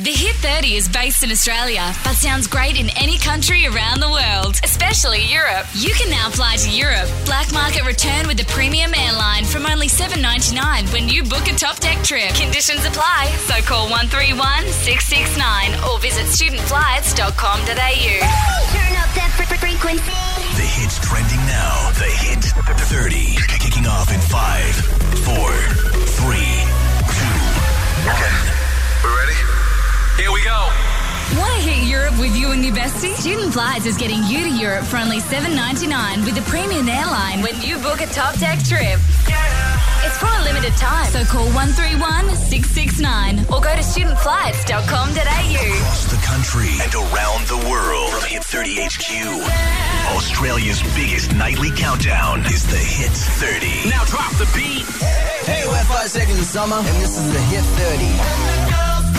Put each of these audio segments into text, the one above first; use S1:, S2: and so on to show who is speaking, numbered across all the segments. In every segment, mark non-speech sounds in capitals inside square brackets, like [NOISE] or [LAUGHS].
S1: The Hit 30 is based in Australia, but sounds great in any country around the world, especially Europe. You can now fly to Europe. Black market return with a premium airline from only $7.99 when you book a top deck trip. Conditions apply, so call 131 669 or visit studentflights.com.au.
S2: Turn up that fre- fre- frequency.
S3: The hits trending now. The hit 30. Kicking off in 5, 4, 3, 2, 1.
S4: We ready? Here we go.
S1: Want to hit Europe with you and your bestie? Student Flights is getting you to Europe for only $7.99 with a premium airline when you book a top deck trip. It's for a limited time, so call 131 669 or go to studentflights.com.au.
S3: Across the country and around the world. From Hit 30 HQ. Australia's biggest nightly countdown is the Hit 30.
S4: Now drop the beat.
S5: Hey, we're five seconds of summer, and this is the Hit 30.
S1: What's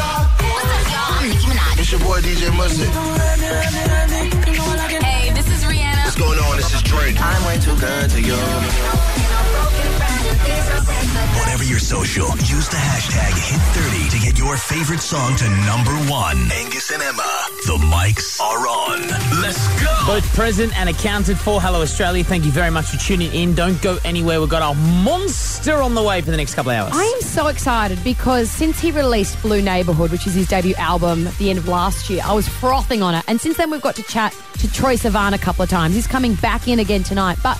S1: up, y'all? I'm Nicki Minaj.
S6: It's your boy DJ Mustard.
S1: Hey, this is Rihanna.
S6: What's going on? This is Drake.
S5: I'm way too good to you.
S3: Whatever your social, use the hashtag Hit30 to get your favorite song to number one. Angus and Emma, the mics are on. Let's go.
S7: Both present and accounted for. Hello, Australia. Thank you very much for tuning in. Don't go anywhere. We've got our monster on the way for the next couple of hours.
S8: I am so excited because since he released Blue Neighborhood, which is his debut album at the end of last year, I was frothing on it. And since then, we've got to chat to Troy Sivan a couple of times. He's coming back in again tonight, but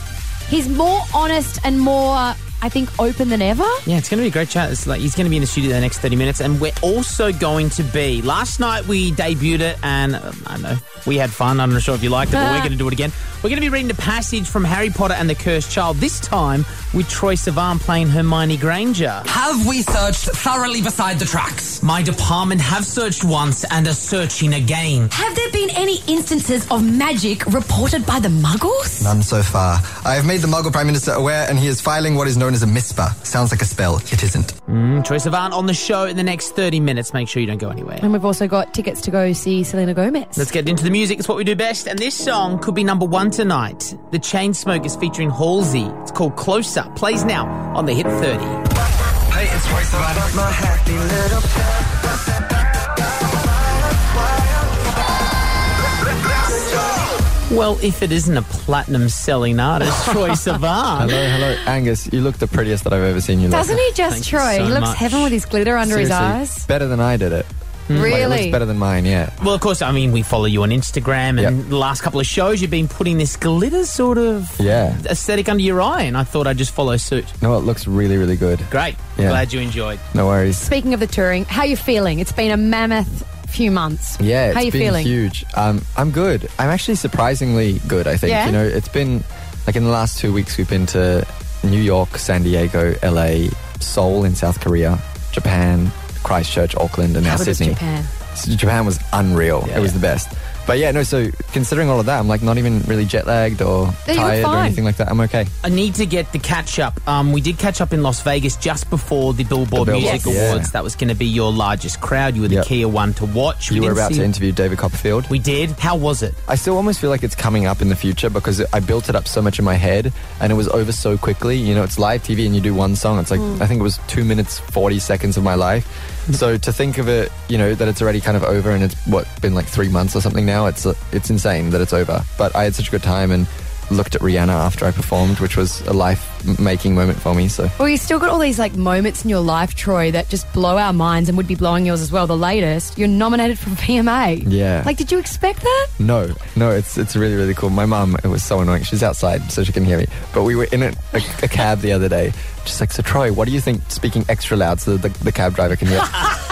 S8: he's more honest and more, I think, open than ever.
S7: Yeah, it's going to be a great chat. It's like he's going to be in the studio the next thirty minutes, and we're also going to be. Last night we debuted it, and um, I don't know we had fun. I'm not sure if you liked it, but we're going to do it again. We're going to be reading a passage from Harry Potter and the Cursed Child. This time with Troy Sivan playing Hermione Granger.
S9: Have we searched thoroughly beside the tracks?
S7: My department have searched once and are searching again.
S10: Have there been any instances of magic reported by the muggles?
S5: None so far. I have made the Muggle Prime Minister aware, and he is filing what is known as a mispa. Sounds like a spell. It isn't.
S7: Troy Sivan on the show in the next thirty minutes. Make sure you don't go anywhere.
S8: And we've also got tickets to go see Selena Gomez.
S7: Let's get into the music. It's what we do best. And this song could be number one tonight. The Chainsmokers featuring Halsey. It's called Closer. Plays now on the Hit 30.
S5: Hey, it's Roy Savannah. My happy little
S7: Well, if it isn't a platinum selling artist, Troy Sivan.
S5: Hello, hello, Angus. You look the prettiest that I've ever seen you look.
S8: Doesn't he just,
S7: Thank you
S8: Troy?
S7: so
S8: he looks
S7: much. Hmm.
S8: heaven with his glitter under
S5: Seriously,
S8: his eyes.
S5: Better than I did it. Like, it
S8: Really?
S5: looks better than mine, yeah.
S7: Well, of course, I mean, we follow you on Instagram, and
S5: Yep.
S7: the last couple of shows you've been putting this glitter sort of
S5: Yeah.
S7: aesthetic under your eye, and I thought I'd just follow suit.
S5: No, it looks really, really good.
S7: Great.
S5: Yeah.
S7: Glad you enjoyed.
S5: No worries.
S8: Speaking of the touring, how you feeling? It's been a mammoth few months.
S5: Yeah, it's
S8: how you
S5: been
S8: feeling?
S5: huge. Um, I'm good. I'm actually surprisingly good. I think
S8: Yeah?
S5: you know it's been like in the last two weeks we've been to New York, San Diego, LA, Seoul in South Korea, Japan, Christchurch, Auckland, and now
S8: How was
S5: Sydney.
S8: Japan?
S5: S- Japan was unreal.
S7: Yeah.
S5: it was the best. But yeah, no. So considering all of that, I'm like not even really jet lagged or
S8: Yeah, you look
S5: tired or
S8: fine.
S5: anything like that. I'm okay.
S7: I need to get the catch up. Um, we did catch up in Las Vegas just before the Billboard,
S5: The Billboard,
S7: Music
S5: Yes.
S7: Awards.
S5: yeah.
S7: That was going to be your largest crowd. You were the
S5: Yep.
S7: key one to watch.
S5: You
S7: we
S5: were
S7: didn't
S5: about
S7: see-
S5: to interview David Copperfield.
S7: We did. How was it?
S5: I still almost feel like it's coming up in the future because I built it up so much in my head and it was over so quickly. You know, it's live TV and you do one song. It's like, I think it was two minutes, 40 seconds of my life. So to think of it, you know, that it's already kind of over and it's what, been like three months or something now, it's, uh, it's insane that it's over. But I had such a good time and looked at Rihanna after I performed, which was a life making moment for me. So
S8: Well, you still got all these like moments in your life, Troy, that just blow our minds and would be blowing yours as well. The latest, you're nominated for [LAUGHS] VMA.
S5: Yeah.
S8: Like, did you expect that?
S5: No, no, it's it's really really cool. My mum, it was so annoying. She's outside, so she can hear me. But we were in a, a, a cab the other day. She's like, "So Troy, what do you think?" Speaking extra loud so that the, the cab driver
S8: [LAUGHS]
S5: can hear.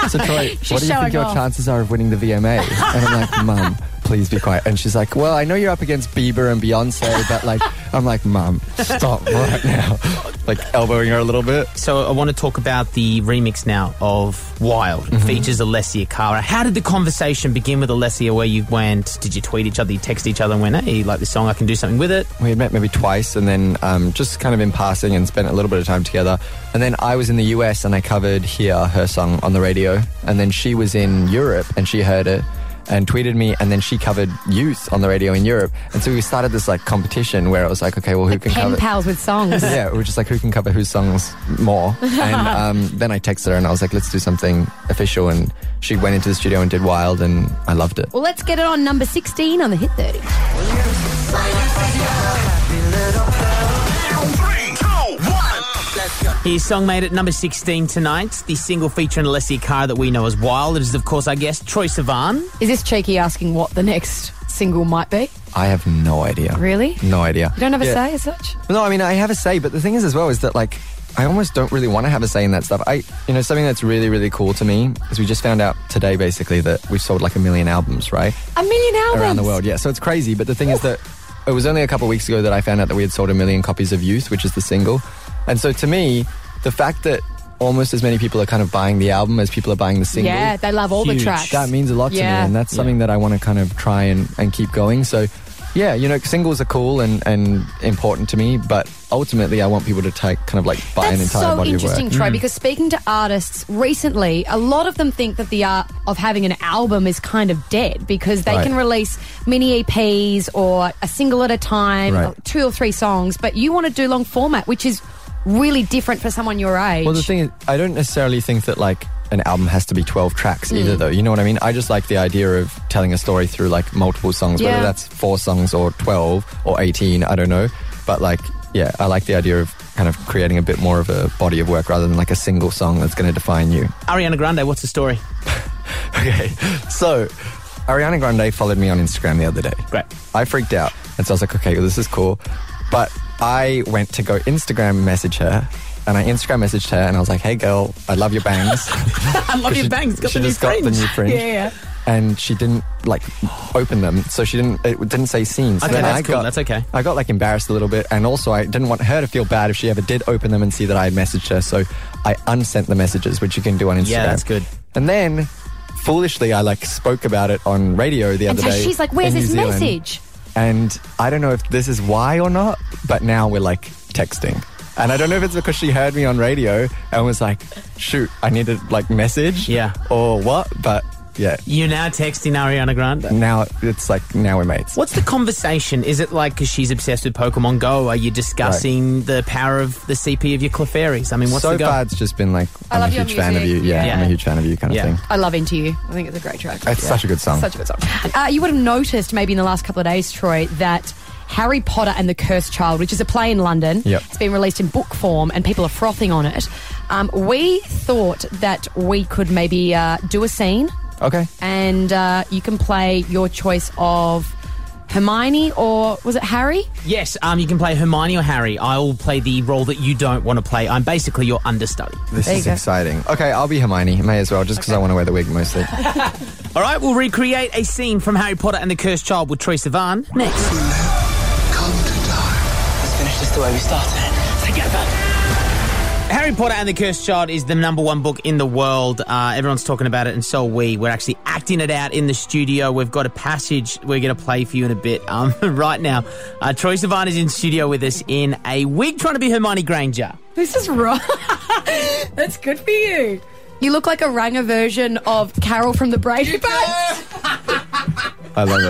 S5: so Troy, what do you
S8: showing
S5: think your
S8: off.
S5: chances are of winning the VMA? And I'm like, "Mum, please be quiet." And she's like, "Well, I know you're up against Bieber and Beyonce, but like," I'm like, "Mum, stop right now!" Like elbowing her a little bit.
S7: So I want to talk about the remix now of Wild. It
S5: Mm-hmm.
S7: features Alessia Cara. How did the conversation begin with Alessia where you went, did you tweet each other, you text each other and went, hey, you like this song, I can do something with it?
S5: we had met maybe twice and then um, just kind of in passing and spent a little bit of time together. And then I was in the US and I covered Here, her song, on the radio. And then she was in Europe and she heard it. and tweeted me, and then she covered youth on the radio in Europe. And so we started this like competition where it was like, okay, well, who can
S8: Pen
S5: cover?
S8: pals with songs.
S5: [LAUGHS] yeah, we are just like, who can cover whose songs more?
S8: [LAUGHS]
S5: And um, then I texted her and I was like, let's do something official. And she went into the studio and did Wild, and I loved it.
S8: Well, let's get it on number 16 on the Hit 30.
S7: His song made it number 16 tonight. The single featuring Alessia Cara that we know as Wild. It is, of course, our guest, Troy Sivan.
S8: Is this cheeky asking what the next single might be?
S5: I have no idea.
S8: Really?
S5: No idea.
S8: You don't have a
S5: Yeah.
S8: say as such?
S5: No, I mean I have a say, but the thing is as well is that like I almost don't really want to have a say in that stuff. I you know something that's really really cool to me is we just found out today basically that we've sold like a million albums, right?
S8: A million albums.
S5: Around the world. Yeah. So it's crazy, but the thing is that it was only a couple of weeks ago that I found out that we had sold a million copies of Youth, which is the single. And so to me, the fact that almost as many people are kind of buying the album as people are buying the single
S8: Yeah, they love all the
S7: Huge.
S8: tracks.
S5: that means a lot to
S8: Yeah.
S5: me and that's something that i want to kind of try and, and keep going so yeah you know singles are cool and, and important to me but ultimately i want people to take kind of like buy an
S8: That's
S5: entire
S8: so
S5: body of
S8: interesting,
S5: work Mm.
S8: Troy, because speaking to artists recently, a lot of them think that the art of having an album is kind of dead because they
S5: Right.
S8: can release mini EPs or a single at a time,
S5: Right.
S8: or two or three songs, but you want to do long format, which is really different for someone your age.
S5: well the thing is i don't necessarily think that like an album has to be 12 tracks either though you know what i mean i just like the idea of telling a story through like multiple songs
S8: Yeah.
S5: whether that's four songs or 12 or 18 i don't know but like yeah i like the idea of kind of creating a bit more of a body of work rather than like a single song that's going to define you [LAUGHS]
S7: Ariana Grande, what's the story?
S5: Okay, so Ariana Grande followed me on Instagram the other day.
S7: Great.
S5: I freaked out, and so I was like, okay, well, this is cool. But I went to go Instagram message her, and I Instagram messaged her, and I was like, hey, girl, I love your bangs.
S7: [LAUGHS] I
S5: [LAUGHS]
S7: love your bangs. Got
S5: she
S7: the new
S5: just got the
S7: fringe.
S5: new fringe.
S7: Yeah.
S5: And she didn't like open them, so she didn't. It didn't say scenes. So
S7: Okay,
S5: then
S7: that's
S5: I
S7: cool,
S5: got-
S7: that's okay.
S5: I got like embarrassed a little bit, and also I didn't want her to feel bad if she ever did open them and see that I had messaged her. So I unsent the messages, which you can do on Instagram.
S7: Yeah, that's good.
S5: And then, foolishly, I like spoke about it on radio the
S8: and
S5: other
S8: so
S5: day.
S8: she's like, where's
S5: in New
S8: this
S5: Zealand.
S8: message?
S5: And I don't know if this is why or not, but now we're like texting. And I don't know if it's because she heard me on radio and was like, shoot, I need to like message.
S7: Yeah.
S5: Or what? But yeah,
S7: You're now texting Ariana Grande.
S5: now it's like, now we're mates.
S7: What's the conversation? Is it like because she's obsessed with Pokemon Go? Are you discussing the power of the CP of your Clefairies? I mean, what's
S5: so
S7: the go?
S5: far, it's just been like,
S8: I
S5: I'm a
S8: love your
S5: huge fan of you.
S8: music.
S5: Yeah,
S7: Yeah.
S5: I'm a huge fan of you kind
S7: Yeah.
S5: of thing.
S8: I love Into You. I think it's a great track.
S5: It's such a good song.
S8: Such a good song. Uh, you would have noticed maybe in the last couple of days, Troy, that Harry Potter and the Cursed Child, which is a play in London,
S5: Yep.
S8: it's been released in book form and people are frothing on it. Um, we thought that we could maybe uh, do a scene
S5: Okay.
S8: and uh, you can play your choice of Hermione or was it Harry?
S7: Yes, um, you can play Hermione or Harry. I will play the role that you don't want to play. I'm basically your understudy.
S5: This
S8: There you
S5: is
S8: go.
S5: exciting. Okay, I'll be Hermione. May as well, just because I want to wear the wig mostly.
S7: All right, we'll recreate a scene from Harry Potter and the Cursed Child with Troy Sivan. Next.
S9: Let's finish this the way we started. Together.
S7: Harry Potter and the Cursed Child is the number one book in the world. Uh, everyone's talking about it, and so are we. We're actually acting it out in the studio. We've got a passage we're going to play for you in a bit. Um, [LAUGHS] right now, uh, Troy Sivan is in studio with us in a wig trying to be Hermione Granger.
S8: This is wrong. [LAUGHS] That's good for you. You look like a Ranger version of Carol from the Brady Bunch.
S5: I love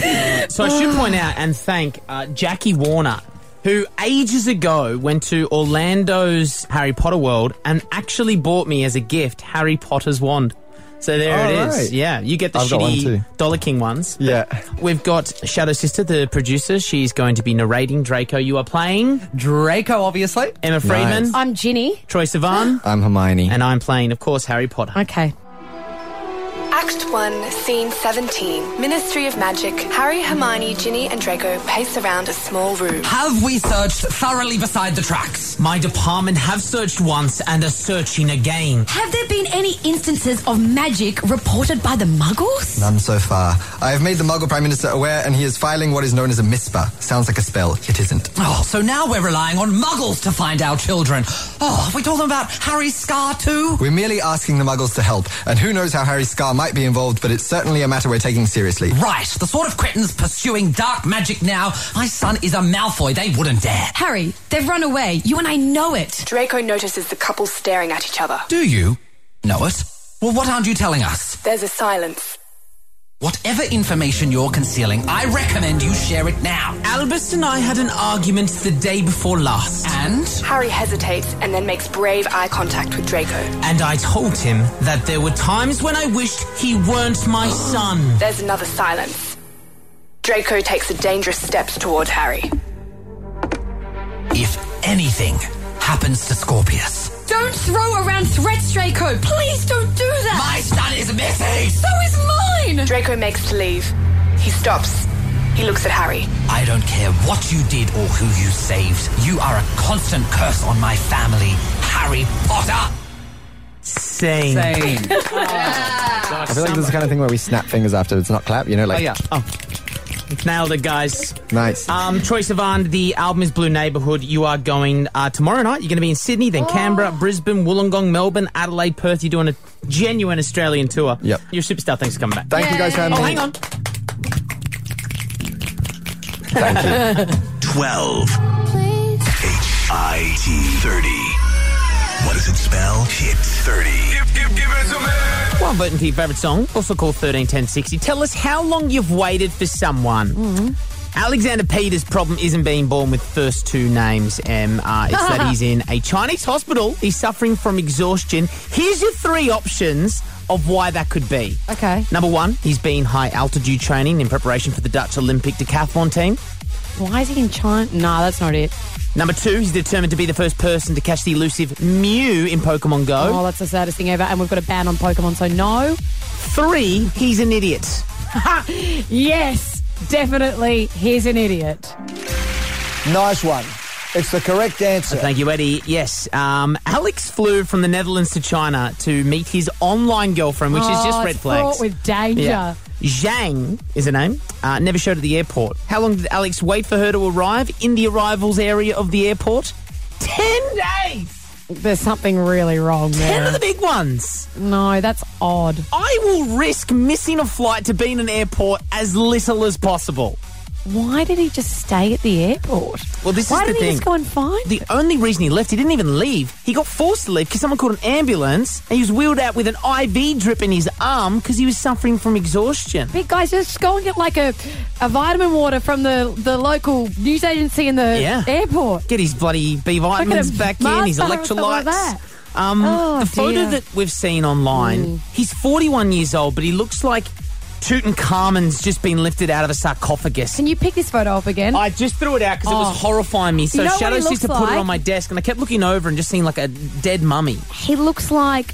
S5: it.
S7: So I
S5: [SIGHS]
S7: should point out and thank uh, Jackie Warner, who ages ago went to Orlando's Harry Potter World and actually bought me as a gift Harry Potter's wand. So there
S5: All
S7: it is.
S5: right.
S7: Yeah, you get the
S5: I've got one too.
S7: shitty Dollar King ones.
S5: Yeah.
S7: We've got Shadow Sister, the producer. She's going to be narrating Draco. You are playing
S9: Draco, obviously.
S7: Emma Freeman,
S8: I'm Ginny.
S7: Troy
S5: [GASPS]
S7: Sivan,
S5: I'm Hermione.
S7: and I'm playing, of course, Harry Potter.
S8: Okay.
S11: Act 1, Scene 17. Ministry of Magic. Harry, Hermione, Ginny, and Draco pace around a small room.
S9: Have we searched thoroughly beside the tracks?
S7: My department have searched once and are searching again.
S10: Have there been any instances of magic reported by the muggles?
S3: None so far. I have made the Muggle Prime Minister aware, and he is filing what is known as a mispa. Sounds like a spell. It isn't.
S9: Oh, so now we're relying on muggles to find our children. Oh, have we told them about Harry's scar too?
S3: We're merely asking the Muggles to help, and who knows how Harry Scar might be involved, but it's certainly a matter we're taking seriously.
S9: Right, the sort of cretins pursuing dark magic now. My son is a Malfoy, they wouldn't dare.
S10: Harry, they've run away. You and I know it.
S11: Draco notices the couple staring at each other.
S9: Do you know it? Well, what aren't you telling us?
S11: There's a silence.
S9: Whatever information you're concealing, I recommend you share it now.
S7: Albus and I had an argument the day before last.
S9: And?
S11: Harry hesitates and then makes brave eye contact with Draco.
S7: And I told him that there were times when I wished he weren't my son.
S11: There's another silence. Draco takes a dangerous step toward Harry.
S9: If anything happens to Scorpius,
S10: Don't throw around threats, Draco. Please don't do that.
S9: My son is missing.
S10: So is mine.
S11: Draco makes to leave. He stops. He looks at Harry.
S9: I don't care what you did or who you saved. You are a constant curse on my family, Harry Potter.
S7: Same.
S5: I feel like this is the kind of thing where we snap fingers after it's not clap, you know, like
S7: Oh, yeah. Oh. Nailed it, guys.
S5: nice.
S7: Um, Troy Sivan, the album is Blue Neighborhood. You are going uh, tomorrow night. You're going to be in Sydney, then Canberra, Brisbane, Wollongong, Melbourne, Adelaide, Perth. You're doing a genuine Australian tour.
S5: Yep.
S7: You're a superstar. Thanks for coming back.
S5: Thank you guys for having
S7: oh,
S5: me.
S7: hang on.
S3: 12. H-I-T 30. What does it spell? Hit 30.
S7: One vote into your favourite song. Also call 131060. Tell us how long you've waited for someone.
S8: Mm-hmm.
S7: Alexander Peters' problem isn't being born with first two names, Em. Uh, it's that he's in a Chinese hospital. He's suffering from exhaustion. Here's your three options of why that could be.
S8: Okay.
S7: Number one, he's been high altitude training in preparation for the Dutch Olympic decathlon team.
S8: Why is he in China? Nah, that's not it.
S7: Number two, he's determined to be the first person to catch the elusive Mew in Pokemon Go.
S8: Oh, that's the saddest thing ever. And we've got a ban on Pokemon, so no.
S7: Three, he's an idiot.
S8: Yes, definitely. He's an idiot.
S12: Nice one. It's the correct answer.
S7: Thank you, Eddie. Yes, um, Alex flew from the Netherlands to China to meet his online girlfriend, which is
S8: Oh,
S7: just
S8: it's
S7: red flags.
S8: fraught with danger.
S7: Yeah. Zhang is her name. Uh, never showed at the airport. How long did Alex wait for her to arrive in the arrivals area of the airport? Ten days.
S8: There's something really wrong
S7: Ten of
S8: there.
S7: the big ones.
S8: No, that's odd.
S7: I will risk missing a flight to be in an airport as little as possible.
S8: Why did he just stay at the airport?
S7: Well, this
S8: Why
S7: is the
S8: didn't
S7: thing.
S8: he just go and find?
S7: The only reason he left, he didn't even leave. He got forced to leave because someone called an ambulance and he was wheeled out with an IV drip in his arm because he was suffering from exhaustion.
S8: Big guys, just go and get like a, a vitamin water from the, the local news agency in the
S7: Yeah.
S8: airport.
S7: Get his bloody B
S8: Like
S7: vitamins
S8: a
S7: back in,
S8: Mars
S7: his
S8: bar or something
S7: electrolytes.
S8: like that.
S7: Um,
S8: Oh,
S7: the photo
S8: dear. Mm.
S7: that we've seen online, he's 41 years old, but he looks like Tutankhamun's just been lifted out of a sarcophagus.
S8: Can you pick this photo up again?
S7: I just threw it out because it
S8: Oh.
S7: was horrifying me. So
S8: You know what he
S7: Shadow's
S8: looks
S7: sister put it
S8: like?
S7: on my desk, and I kept looking over and just seeing like a dead mummy.
S8: he looks like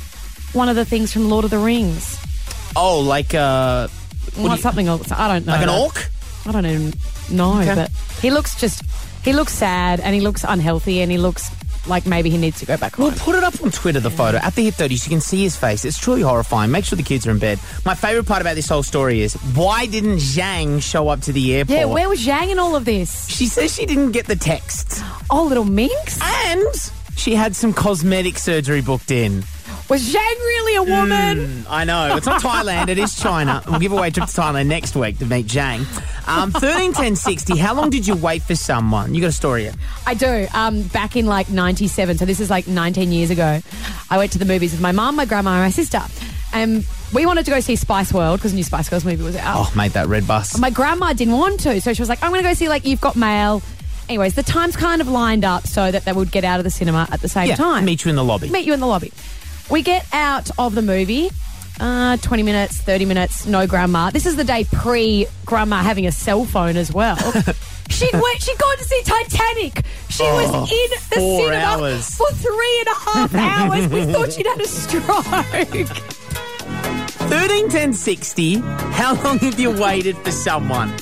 S8: one of the things from Lord of the Rings.
S7: Oh, like uh,
S8: Well,
S7: do you-
S8: something else. I don't know.
S7: like an
S8: that.
S7: orc.
S8: I don't even know,
S7: Okay.
S8: but he looks just he looks sad and he looks unhealthy and he looks like maybe he needs to go back
S7: We'll
S8: home.
S7: put it up on Twitter, the photo, at the hip 30s. You can see his face. It's truly horrifying. Make sure the kids are in bed. My favourite part about this whole story is why didn't Zhang show up to the airport?
S8: Yeah, where was Zhang in all of this?
S7: she says she didn't get the text.
S8: Oh, little minx.
S7: And she had some cosmetic surgery booked in.
S8: Was Zhang really a woman?
S7: I know. It's not Thailand, it is China. We'll give away a trip to Thailand next week to meet Zhang. Um, 13, 10, 60, how long did you wait for someone? You got a story here.
S8: I do. Um, back in like 97, so this is like 19 years ago, I went to the movies with my mum, my grandma, and my sister. And we wanted to go see Spice World because the new Spice Girls movie was out.
S7: Oh, mate, that red bus.
S8: My grandma didn't want to, so she was like, I'm going to go see, like, You've Got Mail. Anyways, the time's kind of lined up so that they would get out of the cinema at the same
S7: yeah,
S8: time.
S7: meet you in the lobby.
S8: Meet you in the lobby. We get out of the movie. Uh, 20 minutes, 30 minutes, no grandma. This is the day pre grandma having a cell phone as [LAUGHS] well. she'd went, she'd gone to see Titanic. She
S7: Oh,
S8: was in the
S7: four
S8: cinema
S7: hours.
S8: for three and a [LAUGHS] half hours. We thought she'd had a stroke.
S7: 13 10 60 how long have you waited for someone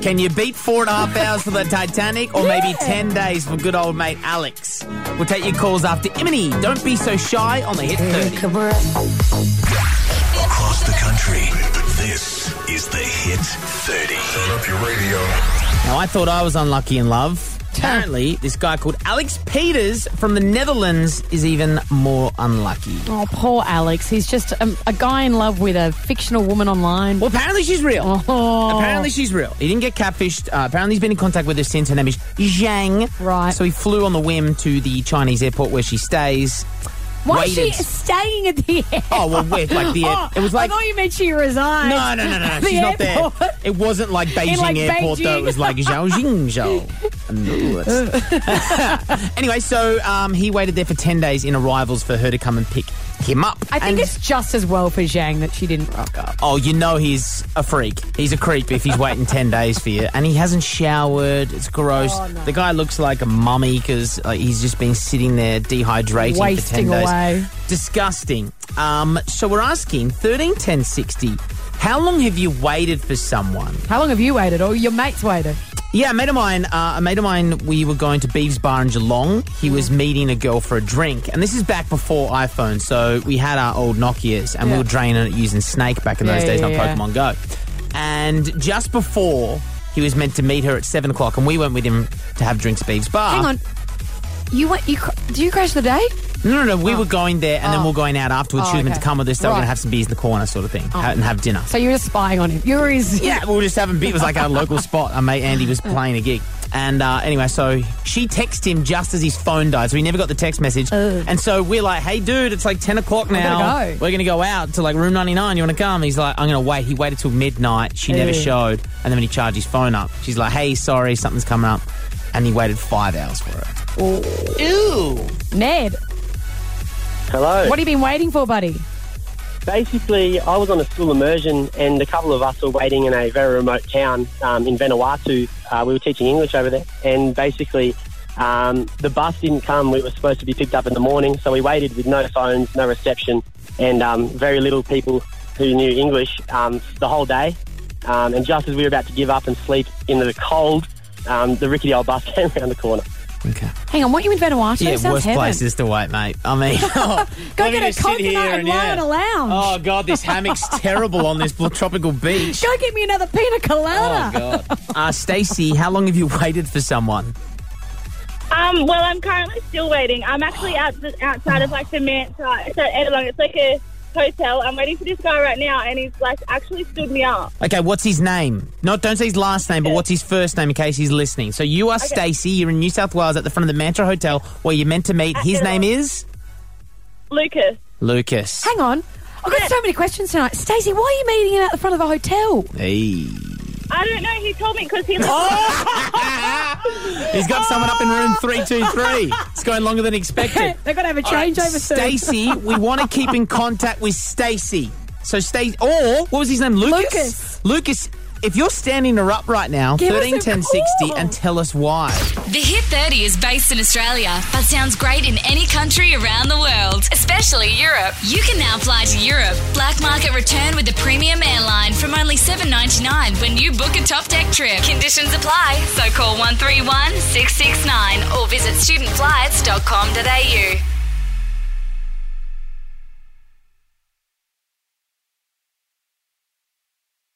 S7: can you beat four and a half hours for the titanic or maybe 10 days for good old mate alex we'll take your calls after imini don't be so shy on the hit 30
S3: Across the country, this is the Hit 30.
S6: Turn up your radio.
S7: now i thought i was unlucky in love apparently this guy called alex peters from the netherlands is even more unlucky
S8: [LAUGHS] Oh, poor Alex. He's just um, a guy in love with a fictional woman online.
S7: well apparently she's real
S8: Oh.
S7: Apparently she's real. He didn't get catfished. Uh, apparently he's been in contact with her since. Her name is Zhang.
S8: Right.
S7: So he flew on the whim to the Chinese airport where she stays.
S8: Why
S7: waited.
S8: is she staying at the airport?
S7: Oh, well, wait, like the air-
S8: Oh,
S7: it was like-
S8: [LAUGHS] I thought you meant she resigned.
S7: No, no, no, no,
S8: at
S7: no.
S8: the
S7: She's not there.
S8: airport.
S7: It wasn't like Beijing
S8: like
S7: Airport, though. It
S8: Beijing.
S7: was like Zhaojing Zhou.
S8: [LAUGHS]
S7: [LAUGHS] anyway, so um, he waited there for 10 days in arrivals for her to come and pick him up.
S8: I think it's just as well for Zhang that she didn't rock up.
S7: Oh, you know he's a freak. He's a creep if he's waiting 10 days for you. And he hasn't showered. It's gross.
S8: Oh,
S7: The guy looks like a mummy because uh, he's just been sitting there dehydrating
S8: Wasting
S7: for 10 days.
S8: away.
S7: Disgusting. Um, so we're asking 131060, how long have you waited for someone?
S8: How long have you waited? Or your mates waited?
S7: Yeah, a mate of mine. Uh, a mate of mine. We were going to Beeves Bar in Geelong. He was meeting a girl for a drink, and this is back before iPhone. So we had our old Nokia's, and we
S13: Yeah.
S7: were draining it using Snake back in those
S13: Yeah,
S7: days,
S13: yeah,
S7: not
S13: yeah.
S7: Pokemon Go. And just before he was meant to meet her at seven o'clock, and we went with him to have drinks at Beeves Bar.
S8: Hang on. You went. You cr- do you crash the date?
S7: No, no, no. We were going there, and then
S8: Oh.
S7: we are going out afterwards.
S8: Oh,
S7: she was meant
S8: okay.
S7: to come with us. They were going
S8: Right.
S7: to have some beers in the corner, sort of thing,
S8: Oh.
S7: ha- and have dinner.
S8: So you were spying on him. You were his.
S7: Yeah, we were just having beer. It was like our
S8: [LAUGHS]
S7: local spot. Our mate Andy was playing a gig. And uh, anyway, so she texted him just as his phone died, so he never got the text message. And so we're like, hey, dude, it's like 10 o'clock
S13: gotta
S7: now.
S13: go."
S7: We're going to go out to like room 99. You want to come? He's like, I'm going to wait. He waited till midnight. She never
S13: Ew.
S7: showed. And then when he charged his phone up, she's like, hey, sorry, something's coming up. And he waited five hours for it.
S8: Ew. Ned,
S14: Hello.
S8: what have you been waiting for, buddy?
S14: Basically, I was on a school immersion, and a couple of us were waiting in a very remote town um, in Vanuatu. Uh, we were teaching English over there, and basically, um, the bus didn't come. We were supposed to be picked up in the morning, so we waited with no phones, no reception, and um, very little people who knew English um, the whole day. Um, and just as we were about to give up and sleep in the cold, um, the rickety old bus came around the corner.
S8: Hang on, weren't you in Vanuatu?
S7: yeah,
S8: Sounds
S7: worst
S8: heaven.
S7: places to wait, mate. I
S8: [LAUGHS]
S7: mean, [LAUGHS] oh,
S8: Go
S7: let me
S8: get a
S7: just sit
S8: coconut
S7: here
S8: and lie in a lounge.
S7: Oh, God, this
S8: [LAUGHS]
S7: hammock's terrible on this tropical beach.
S8: Go get me another pina colada.
S7: Uh, Stacey, how long have you waited for someone?
S15: Um, well, I'm currently still waiting. I'm actually out outside of like the Manta. It's at Edelong. It's like a hotel. I'm waiting for this guy right now, and he's like actually stood me up.
S7: Okay, what's his name? Not don't say his last name, but what's his first name in case he's listening. So you are
S15: Okay.
S7: Stacey. You're in New South Wales at the front of the Mantra Hotel where you're meant to meet. His name is
S15: Lucas.
S7: Lucas.
S8: Hang on. I've got so many questions tonight. Stacey, why are you meeting him at the front of a [LAUGHS] hotel?
S7: Hey,
S15: I don't know. He told me because he. [LAUGHS]
S7: he's got someone up in room three two three. It's going longer than expected.
S8: They're going to have a changeover soon.
S7: Stacey, we want to keep in contact with Stacey. So Stacey, or what was his name? Lucas. Lucas. if you're standing her up right now,
S1: Give us a
S7: thirteen ten sixty, and tell us why.
S1: The Hit 30 is based in Australia, but sounds great in any country around the world, especially Europe. You can now fly to Europe. Black Market return with the premium airline from only $7.99 when you book a top deck trip. Conditions apply, so call 131 669 or visit studentflights.com.au.